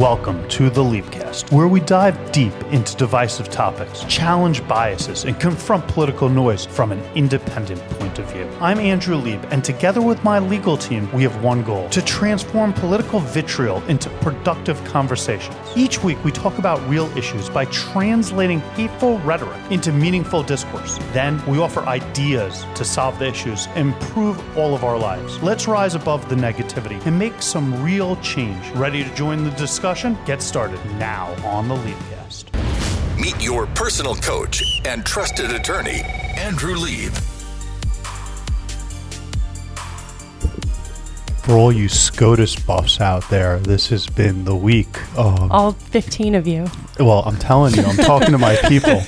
Welcome to the Leavecast, where we dive deep into divisive topics, challenge biases, and confront political noise from an independent point of view. I'm Andrew Lieb, and together with my legal team, we have one goal to transform political vitriol into productive conversations. Each week, we talk about real issues by translating hateful rhetoric into meaningful discourse. Then, we offer ideas to solve the issues and improve all of our lives. Let's rise above the negativity and make some real change. Ready to join the discussion? discussion? Get started now on the Leadcast. Meet your personal coach and trusted attorney, Andrew Leave. For all you SCOTUS buffs out there, this has been the week. Um, all 15 of you. Well, I'm telling you, I'm talking to my people.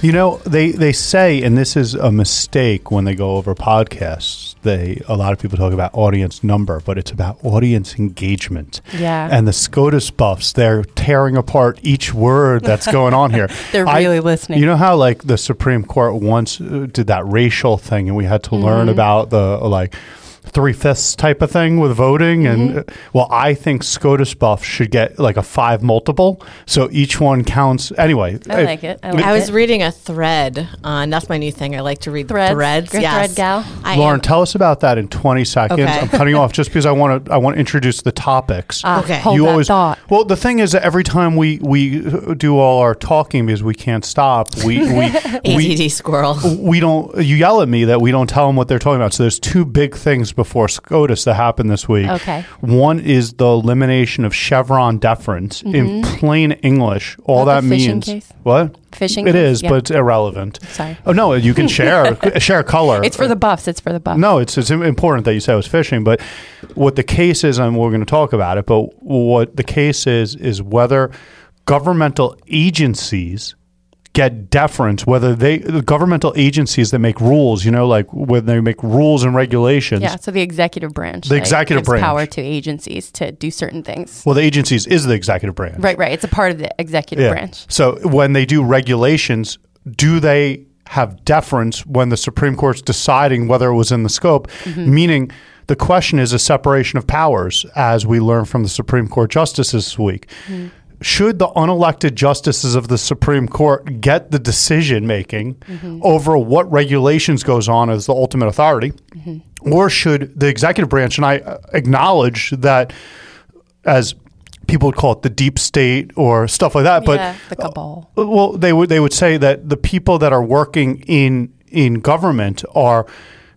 You know, they, they say, and this is a mistake when they go over podcasts. They a lot of people talk about audience number, but it's about audience engagement. Yeah. And the SCOTUS buffs, they're tearing apart each word that's going on here. they're really I, listening. You know how like the Supreme Court once uh, did that racial thing, and we had to mm-hmm. learn about the like three fifths type of thing with voting. Mm-hmm. And well, I think SCOTUS buff should get like a five multiple. So each one counts. Anyway, I like it. I, like I was it. reading a thread. Uh, that's my new thing. I like to read threads. threads. Yes. Thread gal. I Lauren, am. tell us about that in 20 seconds. Okay. I'm cutting off just because I want to. I want to introduce the topics. Uh, okay. Hold you that always, thought. Well, the thing is that every time we we do all our talking because we can't stop, we we, we squirrel. We don't. You yell at me that we don't tell them what they're talking about. So there's two big things before SCOTUS that happened this week. Okay. One is the elimination of Chevron deference mm-hmm. in plain English. All that means. Case? What? Fishing. It is, yeah. but it's irrelevant. Sorry. Oh no, you can share share color. It's for the buffs. It's for the buffs. Uh, No, it's it's important that you say it was fishing, but what the case is, and we're going to talk about it. But what the case is is whether governmental agencies get deference whether they the governmental agencies that make rules you know like when they make rules and regulations yeah so the executive branch the like, executive branch power to agencies to do certain things well the agencies is the executive branch right right it's a part of the executive yeah. branch so when they do regulations do they have deference when the supreme court's deciding whether it was in the scope mm-hmm. meaning the question is a separation of powers as we learned from the supreme court justices this week mm-hmm should the unelected justices of the Supreme Court get the decision making mm-hmm. over what regulations goes on as the ultimate authority, mm-hmm. or should the executive branch? And I uh, acknowledge that as people would call it the deep state or stuff like that, yeah, but the cabal. Uh, well, they would they would say that the people that are working in in government are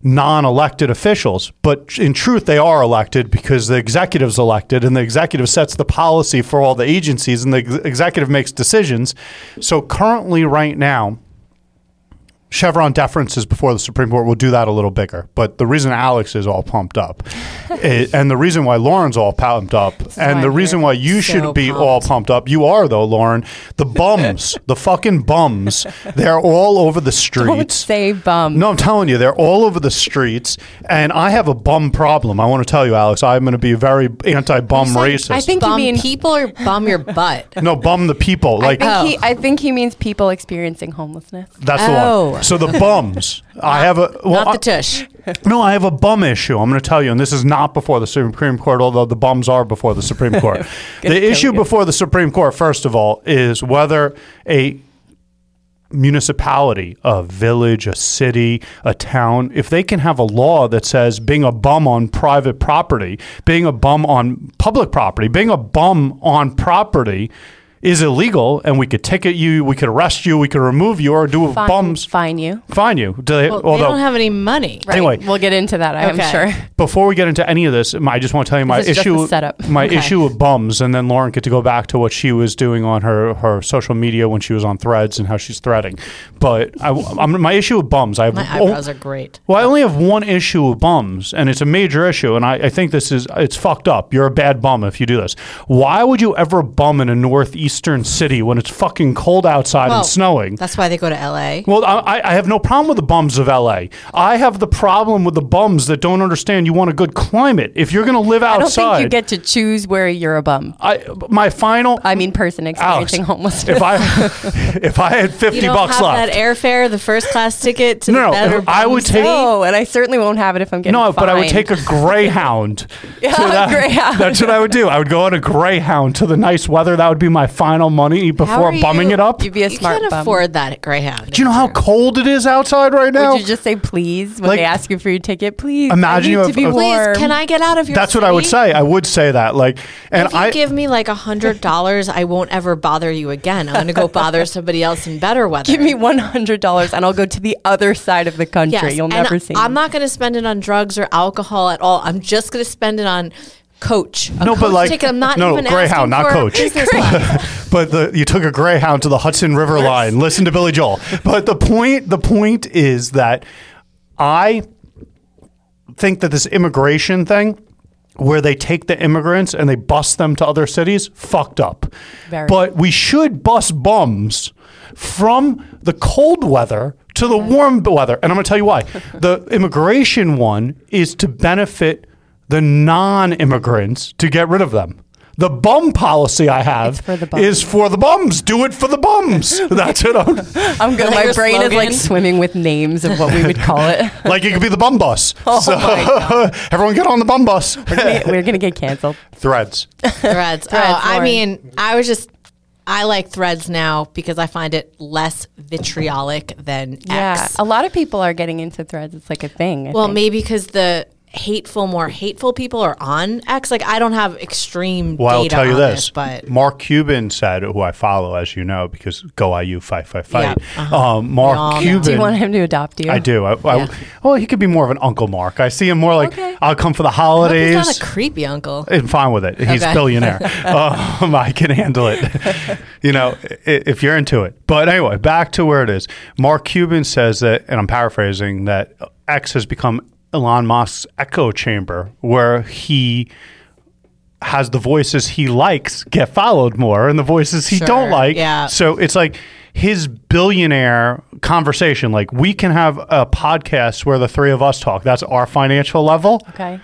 non-elected officials, but in truth they are elected because the executive's elected and the executive sets the policy for all the agencies and the ex- executive makes decisions. So currently right now Chevron deference is before the Supreme Court. We'll do that a little bigger. But the reason Alex is all pumped up, is, and the reason why Lauren's all pumped up, That's and the reason why you so should be pumped. all pumped up, you are though, Lauren. The bums, the fucking bums, they're all over the streets. Don't say bums. No, I'm telling you, they're all over the streets. And I have a bum problem. I want to tell you, Alex. I'm going to be very anti-bum racist. I think bum you mean people or bum your butt. No, bum the people. Like I think, oh. he, I think he means people experiencing homelessness. That's oh. the one. So the bums. I have a well, not the tush. I, no, I have a bum issue. I'm going to tell you, and this is not before the Supreme Court, although the bums are before the Supreme Court. the issue you. before the Supreme Court, first of all, is whether a municipality, a village, a city, a town, if they can have a law that says being a bum on private property, being a bum on public property, being a bum on property is illegal and we could ticket you, we could arrest you, we could remove you, or do fine, bums. Fine you. Fine you. Do they, well, although, they don't have any money. Right? Anyway, we'll get into that, I'm okay. sure. Before we get into any of this, I just want to tell you my issue setup. my okay. issue with bums, and then Lauren get to go back to what she was doing on her, her social media when she was on threads and how she's threading. But I, my issue with bums, I have, my eyebrows oh, are great. Well, I only have one issue with bums, and it's a major issue, and I, I think this is it's fucked up. You're a bad bum if you do this. Why would you ever bum in a northeast northeastern city when it's fucking cold outside Well, and snowing. That's why they go to LA. Well, I, I have no problem with the bums of LA. I have the problem with the bums that don't understand you want a good climate. If you're going to live I don't outside, think you get to choose where you're a bum. I, my final. I mean, person Alex, experiencing homelessness. if I if I had fifty You don't bucks have left, that airfare, the first class ticket to No, no, the better if I bum would take- seat? oh, and I certainly won't have it if I'm getting no, but I would fined. take a greyhound. Yeah, to a that- Greyhound. That's what I would do. I would go on a greyhound to the nice weather. That would be my final money How before are bumming you- it up. You'd be a you smart can't bum. afford that Greyhound. do you know how cold it is outside right now? Would you just say please when Like- they ask you for your ticket? Please. I Imagine need you to have be a- Please, Please, warm. can I get out of your? That's what I would say. city? I would say that. Like, and If you I give me like a hundred dollars, I won't ever bother you again. I'm going to go bother somebody else in better weather. Give me one hundred dollars and I'll go to the other side of the country. Yes, You'll and never see. I'm me. not going to spend it on drugs or alcohol at all. I'm just going to spend it on coach. A No, but coach like- ticket. I'm not no, even Greyhound, not asking for a coach. business class. but the, you took a greyhound to the Hudson River line. Listen to Billy Joel. But the point the point is that I think that this immigration thing where they take the immigrants and they bus them to other cities fucked up. Very. But we should bus bums from the cold weather to the warm weather. And I'm going to tell you why. the immigration one is to benefit the non-immigrants to get rid of them. The bum policy I have It's for the bums. is for the bums. Do it for the bums. That's it. I'm- I'm good. Is that My your brain is like slogan? swimming with names of what we would call it. like it could be the bum bus. Oh so everyone get on the bum bus. We're gonna get canceled. Threads. threads. oh, I Lauren. mean, I was just. I like threads now because I find it less vitriolic than Yeah, X. a lot of people are getting into threads. It's like a thing. I Well, think. maybe because the hateful, more hateful people are on X. Like I don't have extreme. Well, I'll data tell you on this. but Mark Cuban said, who I follow, as you know, because go IU, fight, fight, Yeah, uh-huh. fight. Um, Mark all know. Cuban. do you want him to adopt you? I do. I, I, Yeah. Well, he could be more of an Uncle Mark. I see him more like, Okay. I'll come for the I hope he's holidays. not a creepy uncle. I'm fine with it. He's Okay. billionaire. um, I can handle it. you know, i- if you're into it. But anyway, back to where it is. Mark Cuban says that, and I'm paraphrasing, that X has become Elon Musk's echo chamber where he has the voices he likes get followed more and the voices he Sure, don't like. yeah. So it's like his billionaire conversation. Like we can have a podcast where the three of us talk. That's our financial level. Okay.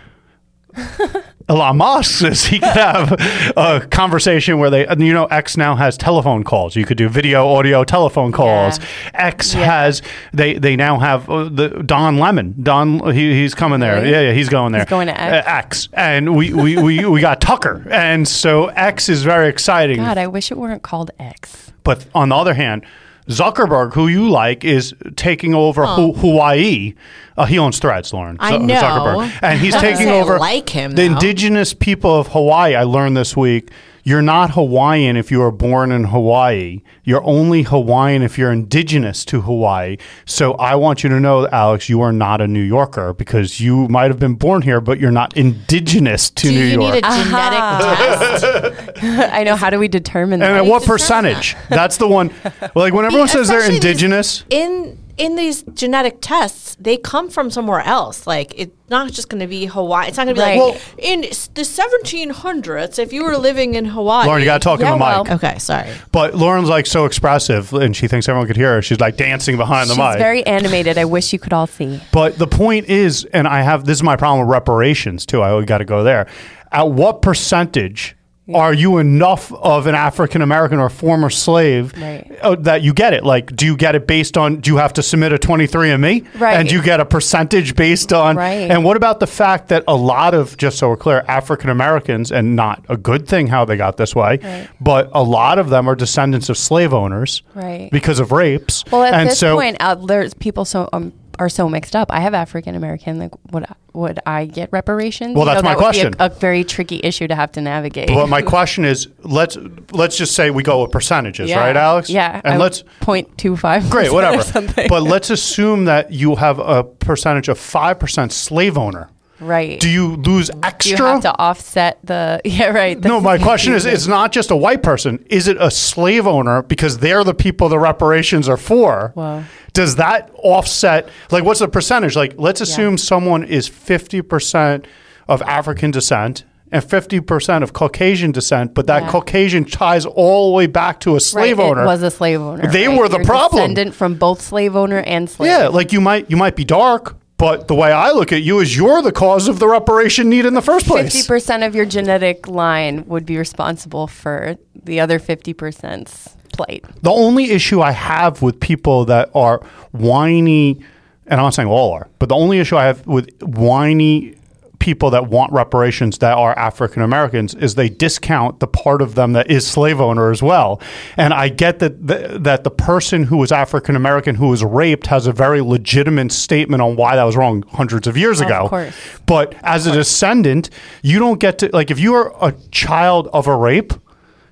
Elon Musk says he could have a conversation where they, and you know, X now has telephone calls. You could do video, audio, telephone calls. Yeah. X has they they now have uh, the Don Lemon. Don he, he's coming there. Really? Yeah, yeah, he's going there. going to X? Uh, X, and we we, we we got Tucker, and so X is very exciting. God, I wish it weren't called X. But on the other hand, Zuckerberg, who you like, is taking over Hu- Hawaii. Uh, he owns Threads, Lauren. I Zu- know. Zuckerberg, and he's I was gonna taking say, I over. like him, The though. indigenous people of Hawaii. I learned this week. You're not Hawaiian if you are born in Hawaii. You're only Hawaiian if you're indigenous to Hawaii. So I want you to know, Alex, you are not a New Yorker because you might have been born here, but you're not indigenous to Do New you York. need a genetic test? I know. How do we determine and that? at what determine that? percentage? That's the one. Like when everyone says they're Especially these- indigenous. In in these genetic tests, they come from somewhere else. Like it's not just going to be Hawaii. It's not going to be Right. like Well- in the 1700s. If you were living in Hawaii, Lauren, you got to talk Yeah, in the mic. well, Okay, sorry. But Lauren's like so expressive, and she thinks everyone could hear her. She's like dancing behind She's the mic. very animated. I wish you could all see. but the point is, and I have this is my problem with reparations too. I got to go there. At what percentage? Are you enough of an African American or former slave Right. uh, that you get it? Like, do you get it based on? Do you have to submit a twenty-three and me? Right. And do you get a percentage based on? Right. And what about the fact that a lot of just so we're clear, African Americans, and not a good thing how they got this way, Right. but a lot of them are descendants of slave owners, Right. Because of rapes. Well, at and this so, point, out there's people so um, are so mixed up. I have African American. Like, would would I get reparations? Well, You that's know, my that would be a- question. a, very tricky issue to have to navigate. But my question is, let's let's just say we go with percentages, right, Alex? Yeah, And let's point two five. great, whatever. Or something. But let's assume that you have a percentage of five percent slave owner. right. Do you lose you extra? have to offset the yeah right. no, This my is question is, confusing. it's not just a white person. Is it a slave owner because they're the people the reparations are for? Wow. Does that offset? Like, what's the percentage? Like, let's assume someone is fifty percent of African descent and 50% of Caucasian descent, but that Yeah. Caucasian ties all the way back to a slave right, owner. It was a slave owner. They right? were the You're problem. Descendant from both slave owner and slave. yeah, like you might you might be dark, but the way I look at you is you're the cause of the reparation need in the first Fifty place. percent of your genetic line would be responsible for the other fifty percent's plight. The only issue I have with people that are whiny, and I'm not saying all are, but the only issue I have with whiny people that want reparations that are African Americans is they discount the part of them that is slave owner as well. And I get that the, that the person who was African American who was raped has a very legitimate statement on why that was wrong hundreds of years ago. course. But as a descendant, you don't get to like if you are a child of a rape,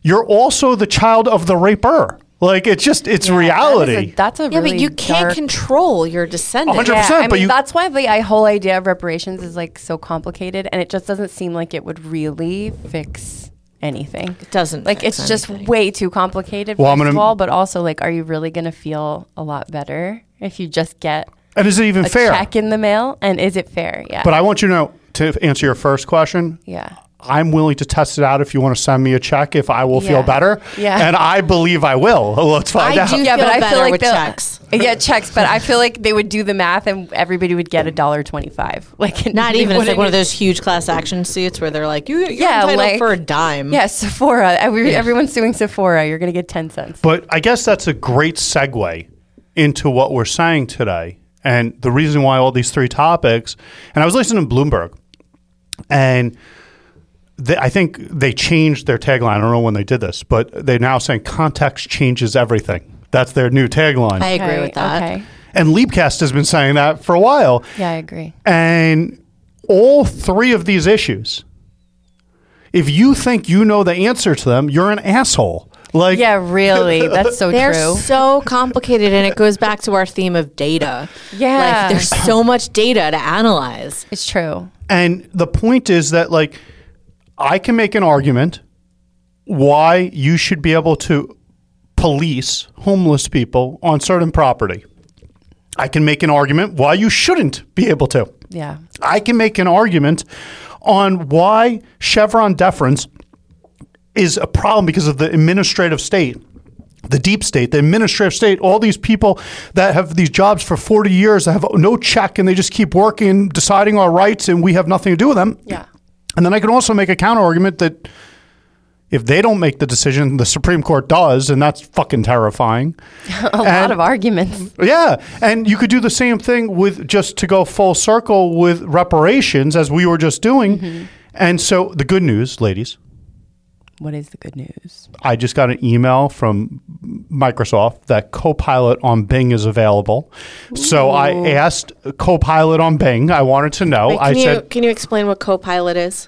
you're also the child of the raper. Like it's just it's reality. That's a, that's a Yeah, really but you can't dark- control your descendants. 100%. Yeah, I mean, but you- that's why the I, whole idea of reparations is like so complicated, and it just doesn't seem like it would really fix anything. It doesn't Like fix it's just anything. way too complicated. Well, I'm 1st of gonna- all, but also like, are you really gonna feel a lot better if you just get and is it even a fair? check in the mail? And is it fair? Yeah. But I want you to know to answer your first question. yeah. I'm willing to test it out if you want to send me a check if I will feel Yeah. better. Yeah. And I believe I will. Let's find I out. do Yeah, feel but I better feel like with they'll- checks. Yeah, checks. But I feel like they would do the math, and everybody would get a dollar twenty-five. Like Not they even it's like wouldn't one of those huge class action suits where they're like, you, you're Yeah, entitled like- for a dime. Yeah, Sephora. Every, Everyone's suing Sephora. You're going to get 10 cents. But I guess that's a great segue into what we're saying today. And the reason why all these three topics, and I was listening to Bloomberg, and they, I think they changed their tagline. I don't know when they did this, but they're now saying context changes everything. That's their new tagline. I agree with that. Okay. and Leapcast has been saying that for a while. Yeah, I agree. And all three of these issues, if you think you know the answer to them, you're an asshole. Like, Yeah, really. That's so They're true. so complicated, and it goes back to our theme of data. Yeah. like there's so much data to analyze. it's true. And the point is that like I can make an argument why you should be able to police homeless people on certain property. I can make an argument why you shouldn't be able to. Yeah. I can make an argument on why Chevron deference is a problem because of the administrative state, the deep state, the administrative state, all these people that have these jobs for 40 years that have no check and they just keep working, deciding our rights, and we have nothing to do with them. Yeah. And then I can also make a counter argument that if they don't make the decision, the Supreme Court does, and that's fucking terrifying. A lot of arguments. Yeah, and you could do the same thing with just to go full circle with reparations as we were just doing. And so the good news, ladies, What is the good news? I just got an email from Microsoft that Copilot on Bing is available. So I asked Copilot on Bing. I wanted to know. Wait, Oh, I can you said can you explain what Copilot is?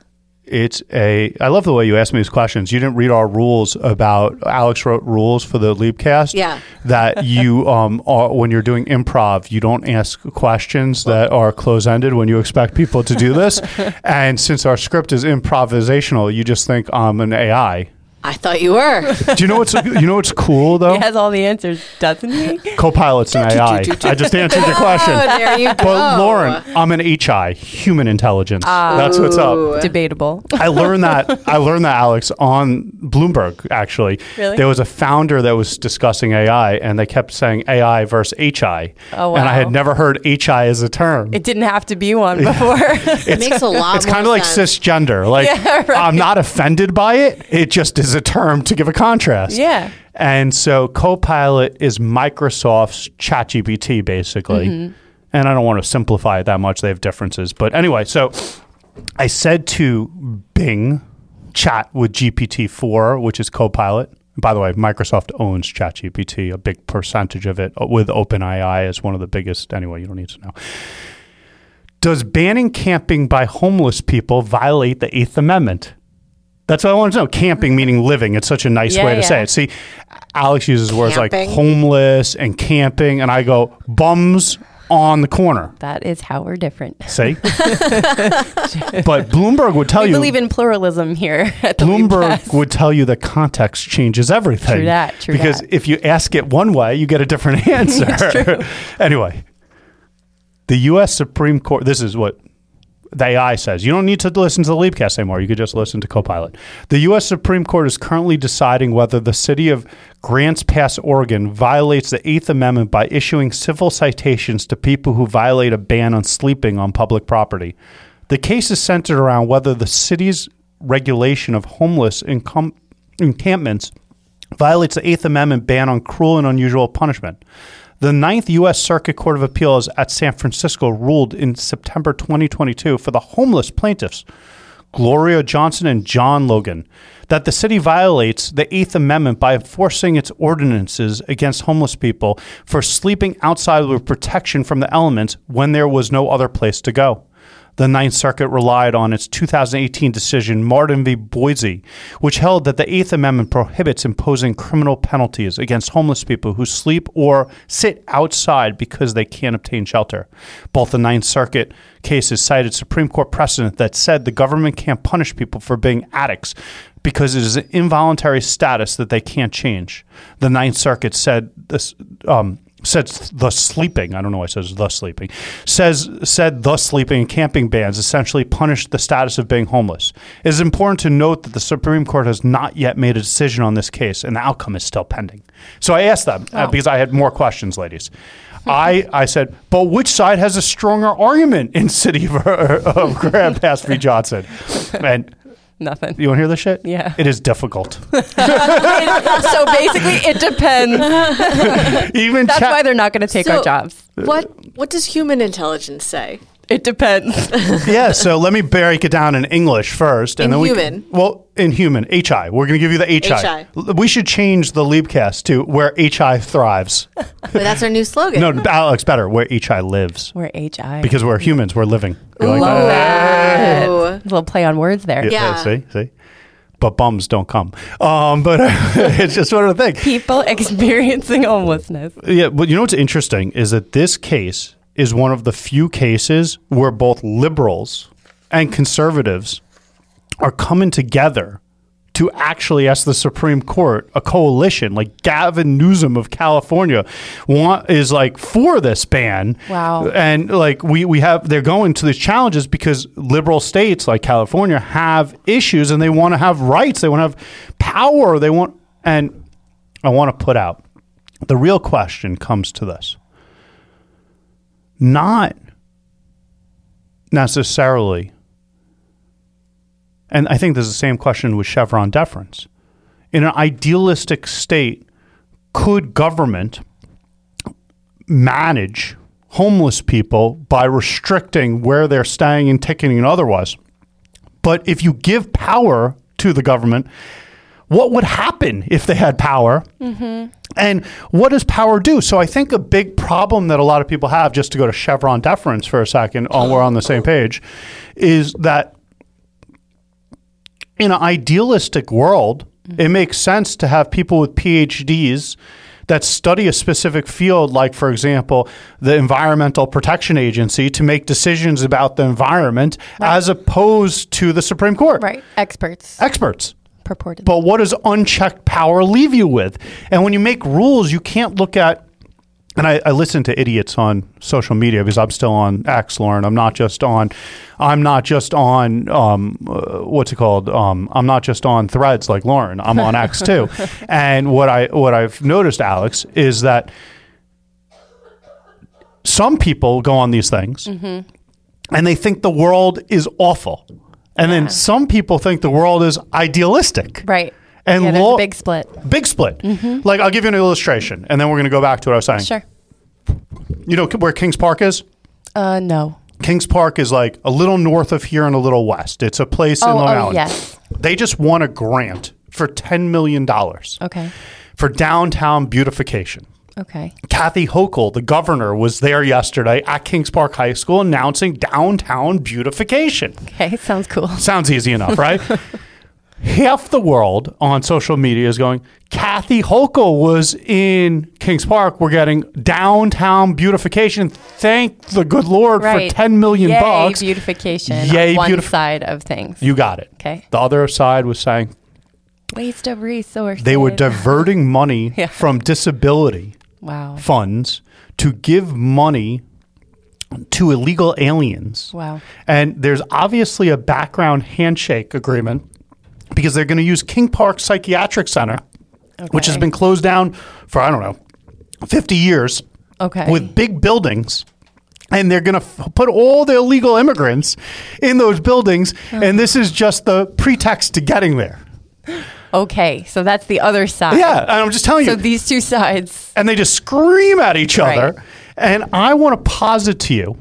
it's a. I love the way you asked me these questions. You didn't read our rules about Alex wrote rules for the Leapcast. Yeah. that you um are, when you're doing improv, you don't ask questions that are close ended when you expect people to do this. and since our script is improvisational, you just think I'm an AI. I thought you were. Do you know what's you know what's cool though? He has all the answers, doesn't he? Copilot's an AI. I just answered your question. oh, there you go. But Lauren, I'm an HI, human intelligence. Ah. That's what's up. Debatable. I learned that. I learned that Alex on Bloomberg. Actually, Really? there was a founder that was discussing AI, and they kept saying AI versus HI. Oh, And I had wow. never heard HI as a term. It didn't have to be one before. it makes a lot. it's kind of more like sense. cisgender. Like I'm not offended by it. It just is a term to give a contrast. Yeah. And so Copilot is Microsoft's ChatGPT basically. Mm-hmm. And I don't want to simplify it that much. They have differences. But anyway, so I said to Bing, chat with GPT-4, which is Copilot. By the way, Microsoft owns ChatGPT, a big percentage of it, uh, with OpenAI as one of the biggest. Anyway, you don't need to know. Does banning camping by homeless people violate the Eighth Amendment? That's what I wanted to know. Camping meaning living. It's such a nice Yeah, way to yeah. say it. See, Alex uses words like Camping. homeless and camping, and I go bums on the corner. that is how we're different. See, but Bloomberg would tell We you believe in pluralism here at the Bloomberg would tell you that context changes everything. True that, true because that. if you ask it one way, you get a different answer. anyway, the U.S. Supreme Court. This is what the AI says. You don't need to listen to the Leapcast anymore. You could just listen to Copilot. The U.S. Supreme Court is currently deciding whether the city of Grants Pass, Oregon, violates the Eighth Amendment by issuing civil citations to people who violate a ban on sleeping on public property. The case is centered around whether the city's regulation of homeless encom- encampments violates the Eighth Amendment ban on cruel and unusual punishment. The Ninth U.S. Circuit Court of Appeals at San Francisco ruled in September 2022 for the homeless plaintiffs, Gloria Johnson and John Logan, that the city violates the Eighth Amendment by enforcing its ordinances against homeless people for sleeping outside with protection from the elements when there was no other place to go. The Ninth Circuit relied on its 2018 decision, Martin v. Boise, which held that the Eighth Amendment prohibits imposing criminal penalties against homeless people who sleep or sit outside because they can't obtain shelter. Both the Ninth Circuit cases cited Supreme Court precedent that said the government can't punish people for being addicts because it is an involuntary status that they can't change. The Ninth Circuit said this. Um, said the sleeping. I don't know why it says the sleeping. Says said the sleeping and camping bans essentially punish the status of being homeless. It is important to note that the Supreme Court has not yet made a decision on this case, and the outcome is still pending. So I asked them Oh. uh, because I had more questions, ladies. Hmm. I, I said, but which side has a stronger argument in city of, of Grand Pass v. Johnson? And Nothing. you want to hear this shit? Yeah. It is difficult. so basically, it depends. Even That's Cha- why they're not going to take So- our jobs. What what does human intelligence say? It depends. yeah, so let me break it down in English first, and In then we human. well, in human, HI. We're going to give you the HI. HI. L- We should change the Liebcast to where HI thrives. But that's our new slogan. no, Alex, better where HI lives We're HI. because we're humans. We're living. You like Love that. Oh. little play on words there. that? Yeah. See, see. But bums don't come. Um, but it's just sort of the thing. People experiencing homelessness. Yeah, but you know what's interesting is that this case is one of the few cases where both liberals and conservatives are coming together to actually ask the Supreme Court, a coalition like Gavin Newsom of California, want, is like for this ban. Wow. And like we we have they're going to these challenges because liberal states like California have issues and they want to have rights, they want to have power, they want and I want to put out the real question comes to this. Not necessarily and I think there's the same question with Chevron deference. In an idealistic state, could government manage homeless people by restricting where they're staying and ticketing and otherwise? But if you give power to the government, what would happen if they had power? And what does power do? So I think a big problem that a lot of people have, just to go to Chevron deference for a second, on we're on the same page, is that in an idealistic world, it makes sense to have people with PhDs that study a specific field, like, for example, the Environmental Protection Agency, to make decisions about the environment as opposed to the Supreme Court. Right. Experts Experts. purported. But what does unchecked power leave you with? And when you make rules, you can't look at. And I, I listen to idiots on social media because I'm still on X, Lauren. I'm not just on. I'm not just on. Um, uh, what's it called? Um, I'm not just on Threads like Lauren. I'm on X too. And what I what I've noticed, Alex, is that some people go on these things and they think the world is awful. And then some people think the world is idealistic. right. And yeah, there's law- a big split. Mm-hmm. Big split. Like, I'll give you an illustration and then we're going to go back to what I was saying. Sure. You know where Kings Park is? Uh, no. Kings Park is like a little north of here and a little west. It's a place in Oh, Long oh, Island. yes. They just won a grant for $10 million Okay. for downtown beautification. Okay. Kathy Hochul, the governor, was there yesterday at Kings Park High School announcing downtown beautification. Okay. Sounds cool. Sounds easy enough, right? Half the world on social media is going, Kathy Hochul was in Kings Park. We're getting downtown beautification. Thank the good Lord Right. for 10 million Yay, bucks. beautification. Yay, on one beautif- side of things. you got it. Okay. The other side was saying Waste of resources. they were diverting money Yeah. from disability Wow. funds to give money to illegal aliens. Wow. And there's obviously a background handshake agreement because they're going to use King Park Psychiatric Center, which has Okay. been closed down for, I don't know, 50 years Okay. with big buildings. And they're going to f- put all the illegal immigrants in those buildings. And this is just the pretext to getting there. Okay, so that's the other side. Yeah. And I'm just telling So you. these two sides. and they just scream at each Right. other. And I want to posit to you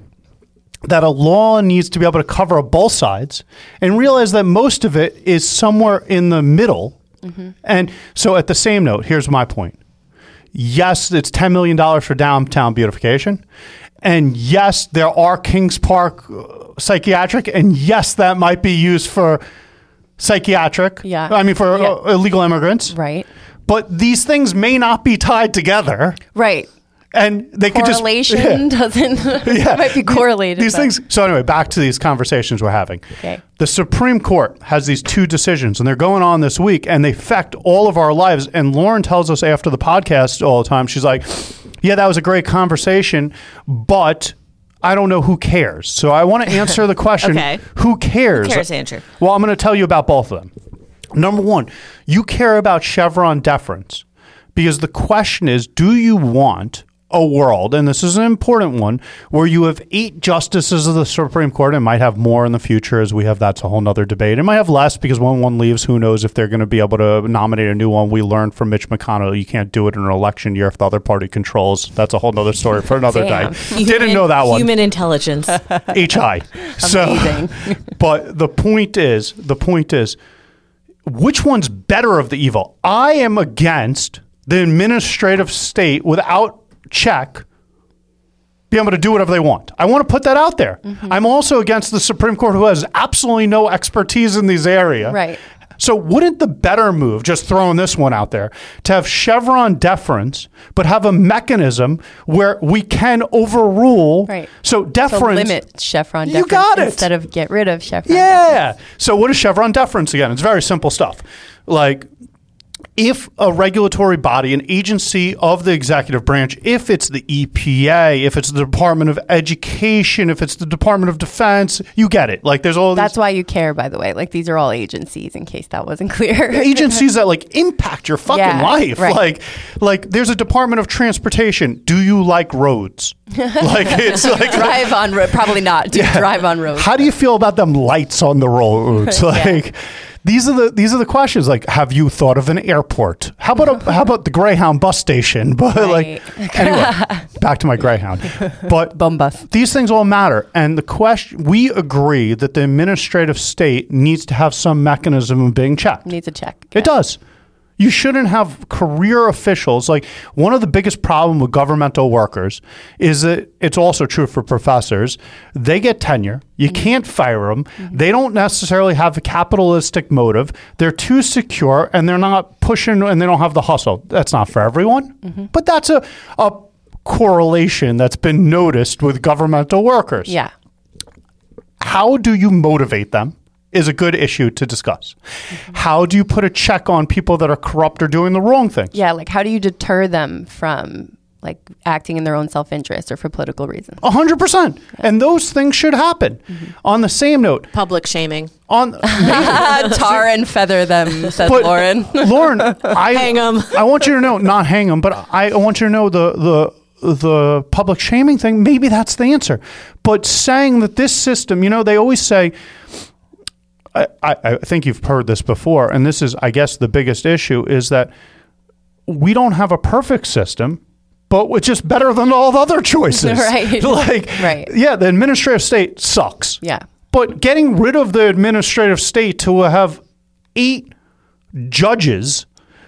that a law needs to be able to cover both sides and realize that most of it is somewhere in the middle. Mm-hmm. And so, at the same note, here's my point yes, it's $10 million for downtown beautification. And yes, there are Kings Park uh, psychiatric. And yes, that might be used for psychiatric. Yeah. I mean, for uh, Yeah. illegal immigrants. Right. But these things may not be tied together, Right. and they could just Correlation Yeah. doesn't Yeah. might be correlated. These but- things. So anyway, back to these conversations we're having. Okay. The Supreme Court has these two decisions, and they're going on this week, and they affect all of our lives. And Lauren tells us after the podcast all the time, she's like, "Yeah, that was a great conversation, but." I don't know who cares. So I want to answer the question Okay. who cares? Who cares, Andrew? Well, I'm going to tell you about both of them. Number one, you care about Chevron deference because the question is do you want a world, and this is an important one, where you have eight justices of the Supreme Court and might have more in the future as we have that's a whole nother debate. It might have less because when one leaves, who knows if they're going to be able to nominate a new one. We learned from Mitch McConnell you can't do it in an election year if the other party controls. That's a whole nother story for another Damn. day. Didn't know that one. Human intelligence. HI. So, but the point is, the point is, which one's better of the evil? I am against the administrative state without check be able to do whatever they want. I want to put that out there. Mm-hmm. I'm also against the Supreme Court who has absolutely no expertise in these area. Right. So wouldn't the better move, just throwing this one out there, to have Chevron deference, but have a mechanism where we can overrule Right. so So deference limit Chevron You deference got it. instead of get rid of Chevron. yeah. So what is Chevron deference again? It's very simple stuff. Like if a regulatory body, an agency of the executive branch, if it's the EPA, if it's the Department of Education, if it's the Department of Defense, you get it. Like there's all these That's why you care, by the way. Like these are all agencies, in case that wasn't clear. agencies that like impact your fucking Yeah, life. right. Like like there's a Department of Transportation. Do you like roads? like it's like drive on road, probably not. Do drive on road. How do you feel about them lights on the roads? Like these are the these are the questions. Like, have you thought of an airport? How about a, how about the Greyhound bus station? But like anyway, back to my Greyhound. But Bum bus. these things all matter. And the question we agree that the administrative state needs to have some mechanism of being checked. Needs a check. It does. You shouldn't have career officials. Like one of the biggest problem with governmental workers is that it's also true for professors. They get tenure. You can't fire them. They don't necessarily have a capitalistic motive. They're too secure and they're not pushing and they don't have the hustle. That's not for everyone, but that's a, a correlation that's been noticed with governmental workers Yeah. how do you motivate them is a good issue to discuss. How do you put a check on people that are corrupt or doing the wrong thing? Yeah. Like, how do you deter them from like acting in their own self interest or for political reasons? A 100%. And those things should happen. On the same note, Public shaming. on Tar and feather them, says But- Lauren. Lauren, I Hang 'em. I want you to know, not hang them, but I, I want you to know the the the public shaming thing. Maybe that's the answer. But saying that this system, you know, they always say. I, I, I think you've heard this before, and this is, I guess, the biggest issue is that we don't have a perfect system, but it's just better than all the other choices. Right. Like, Right. yeah, the administrative state sucks. Yeah. But getting rid of the administrative state to have eight judges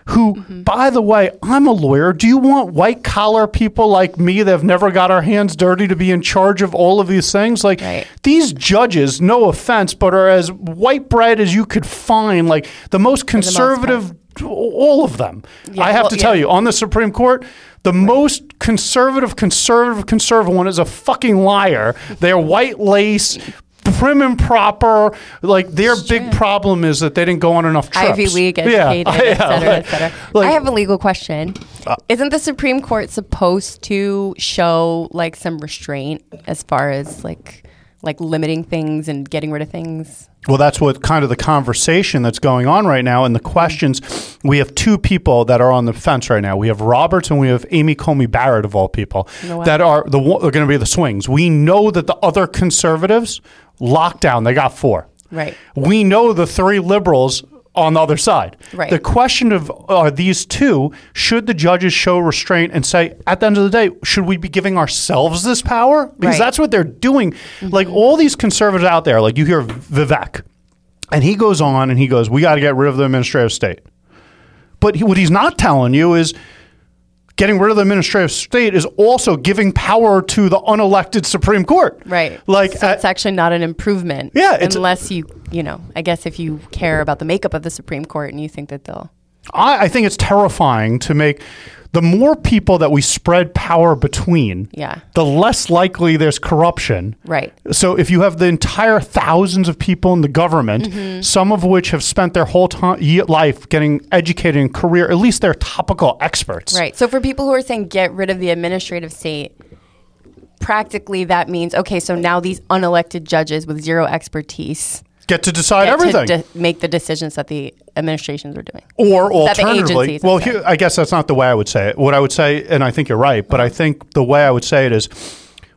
who, Mm-hmm. by the way, I'm a lawyer. Do you want white collar people like me that have never got our hands dirty to be in charge of all of these things? Like Right. these judges, no offense, but are as white bread as you could find, like the most conservative, all of them. I have well, to tell yeah. you, on the Supreme Court, the most conservative, conservative, conservative one is a fucking liar. They're white lace. prim and proper. Like their big problem is that they didn't go on enough trips. Ivy League Yeah. educated, Yeah, et cetera, like- et cetera. like- Uh, I have a legal question. Isn't the Supreme Court supposed to show like some restraint as far as like like limiting things and getting rid of things? Well, that's what kind of the conversation that's going on right now and the questions. We have two people that are on the fence right now. We have Roberts and we have Amy Comey Barrett, of all people, know what? that are the one- are going to be the swings. We know that the other conservatives lockdown. They got four. Right. We know the three liberals on the other side. Right. The question of are these two should the judges show restraint and say at the end of the day should we be giving ourselves this power because Right. Mm-hmm. that's what they're doing. Like all these conservatives out there, like you hear Vivek, and he goes on and he goes, "We got to get rid of the administrative state." But he, what he's not telling you is getting rid of the administrative state is also giving power to the unelected Supreme Court. Right. Like so uh, it's actually not an improvement. Yeah, it's- unless you you know, I guess if you care about the makeup of the Supreme Court and you think that they'll I, I think it's terrifying to make the more people that we spread power between, Yeah. the less likely there's corruption. Right. So if you have the entire thousands of people in the government, Mm-hmm. some of which have spent their whole time, life getting educated in career, at least they're topical experts. Right. So for people who are saying get rid of the administrative state, practically that means okay, so now these unelected judges with zero expertise Get to decide get everything. to de- make the decisions that the administrations are doing. Or That the alternatively, agencies, I'm well, sorry. here, I guess that's not the way I would say it. What I would say, and I think you're right, but I Uh-huh. think the way I would say it is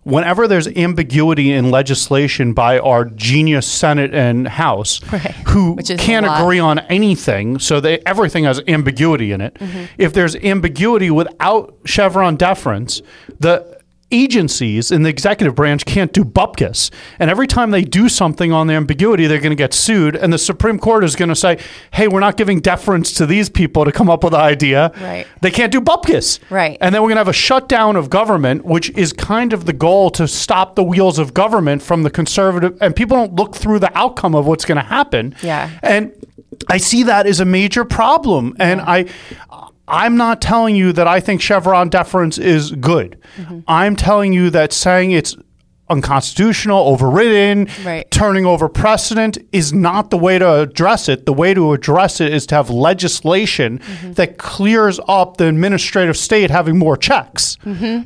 whenever there's ambiguity in legislation by our genius Senate and House who Which is a can't lot. agree on anything, so they, everything has ambiguity in it. Mm-hmm. If there's ambiguity without Chevron deference, the agencies in the executive branch can't do bupkis and every time they do something on the ambiguity they're going to get sued and the supreme court is going to say hey we're not giving deference to these people to come up with an idea Right. they can't do bupkis Right. and then we're going to have a shutdown of government which is kind of the goal to stop the wheels of government from the conservative and people don't look through the outcome of what's going to happen Yeah. and I see that as a major problem. And I I'm not telling you that I think Chevron deference is good. I'm telling you that saying it's unconstitutional, overridden, Right. turning over precedent is not the way to address it. The way to address it is to have legislation that clears up the administrative state having more checks.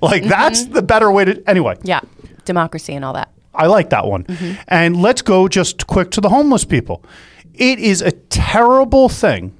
Like that's the better way to anyway. Yeah. Democracy and all that. I like that one. Mm-hmm. And let's go just quick to the homeless people. It is a terrible thing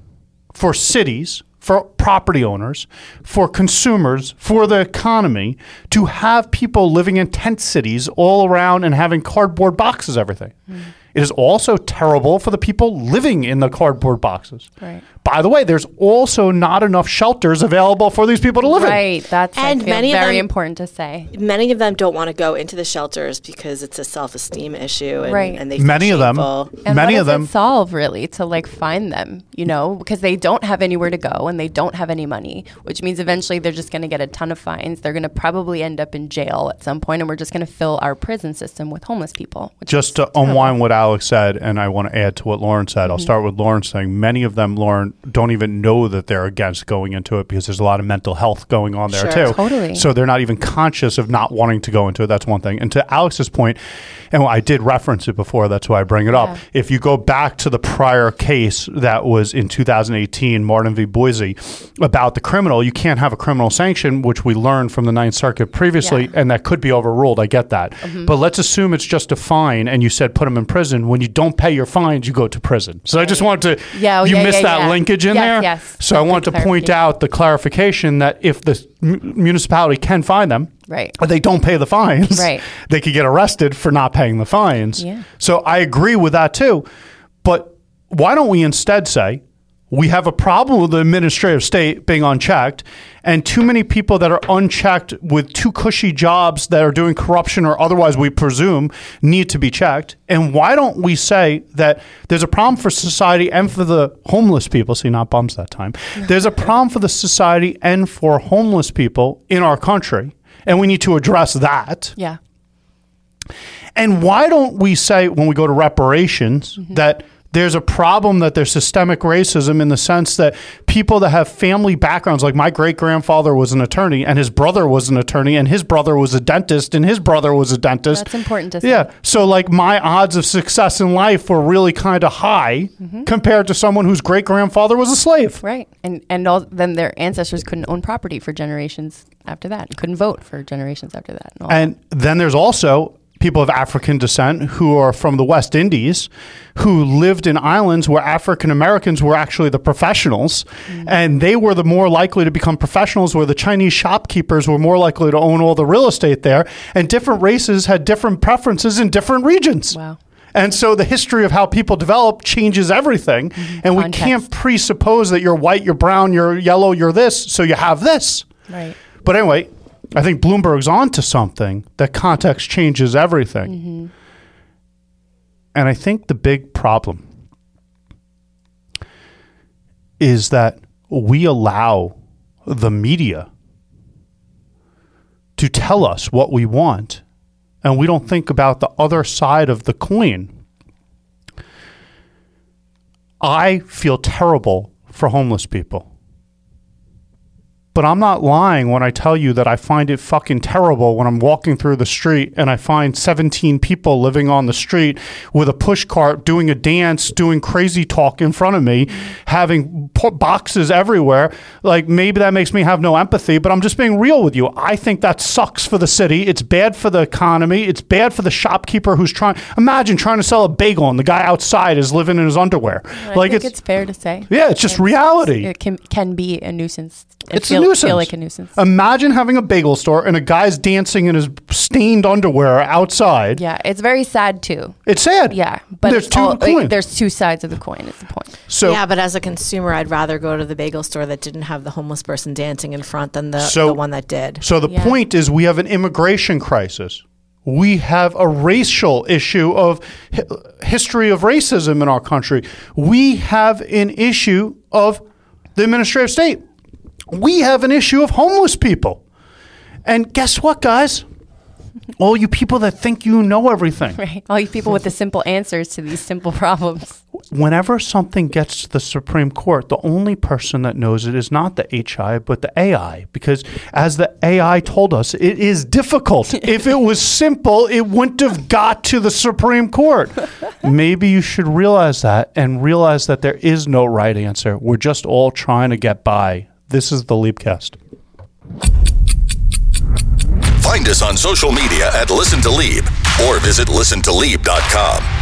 for cities, for property owners, for consumers, for the economy to have people living in tent cities all around and having cardboard boxes, everything. Mm. It is also terrible for the people living in the cardboard boxes. Right. By the way, there's also not enough shelters available for these people to live in. Right. That's I And feel, many of very them- important to say. Many of them don't want to go into the shelters because it's a self esteem issue, and, Right. and they feel Many of them, shameful. And many what of does it them solve really to like find them, you know, because they don't have anywhere to go and they don't have any money, which means eventually they're just going to get a ton of fines. They're going to probably end up in jail at some point, and we're just going to fill our prison system with homeless people. Which just to unwind what Alex said, and I want to add to what Lauren said. Mm-hmm. I'll start with Lauren saying many of them, Lauren, don't even know that they're against going into it because there's a lot of mental health going on there Sure. too. Totally. So they're not even conscious of not wanting to go into it. That's one thing. And to Alex's point, and I did reference it before. That's why I bring it up. If you go back to the prior case that was in 2018, Martin v. Boise, about the criminal, you can't have a criminal sanction, which we learned from the Ninth Circuit previously, Yeah. Mm-hmm. and that could be overruled. I get that. But let's assume it's just a fine, and you said put them in prison. When you don't pay your fines, you go to prison. So I just wanted to, Yeah, oh, you yeah, missed yeah, that yeah. linkage in Yes, there. yes. So I Good wanted to point clarification. out the clarification that if the mu- municipality can find them, Right. but they don't pay the fines, Right. they could get arrested for not paying the fines. Yeah. So I agree with that too. But why don't we instead say we have a problem with the administrative state being unchecked and too many people that are unchecked with too cushy jobs that are doing corruption or otherwise we presume need to be checked and why don't we say that there's a problem for society and for the homeless people see not bums that time there's a problem for the society and for homeless people in our country and we need to address that yeah, Mm-hmm. and why don't we say when we go to reparations that there's a problem that there's systemic racism in the sense that people that have family backgrounds, like my great grandfather was an attorney and his brother was an attorney and his brother was a dentist and his brother was a dentist. That's important to say. Yeah. So like my odds of success in life were really kind of high Mm-hmm. compared to someone whose great grandfather was a slave. Right. And and all then their ancestors couldn't own property for generations after that. Couldn't vote for generations after that. And all that. And then there's also people of African descent who are from the West Indies who lived in islands where African Americans were actually the professionals Mm. and they were the more likely to become professionals where the Chinese shopkeepers were more likely to own all the real estate there and different races had different preferences in different regions. Wow. And so the history of how people develop changes everything and we Mm-hmm. Context. can't presuppose that you're white, you're brown, you're yellow, you're this, so you have this. Right. But anyway, I think Bloomberg's onto something that context changes everything. And I think the big problem is that we allow the media to tell us what we want, and we don't think about the other side of the coin. I feel terrible for homeless people. But I'm not lying when I tell you that I find it fucking terrible when I'm walking through the street and I find 17 people living on the street with a push cart doing a dance, doing crazy talk in front of me, having po- boxes everywhere. Like maybe that makes me have no empathy, but I'm just being real with you. I think that sucks for the city. It's bad for the economy. It's bad for the shopkeeper who's trying. Imagine trying to sell a bagel and the guy outside is living in his underwear. I Like think it's, it's, fair to say. yeah, it's just reality. It can can be a nuisance. and It's feel, a nuisance. Feel like a nuisance. Imagine having a bagel store and a guy's dancing in his stained underwear outside. yeah, it's very sad too. It's sad. Yeah, but there's it's two all- like, coins. there's two sides of the coin. Is the point? so yeah, but as a consumer, I'd rather go to the bagel store that didn't have the homeless person dancing in front than the, So- the one that did. so the Yeah. point is we have an immigration crisis. We have a racial issue of hi- history of racism in our country. We have an issue of the administrative state. We have an issue of homeless people. And guess what, guys? All you people that think you know everything. Right. All you people with the simple answers to these simple problems. whenever something gets to the Supreme Court, the only person that knows it is not the HI, but the AI. Because as the AI told us, it is difficult. if it was simple, it wouldn't have got to the Supreme Court. Maybe you should realize that and realize that there is no right answer. We're just all trying to get by. This is the Leapcast. Find us on social media at Listen to Leeb or visit listentoleeb.com.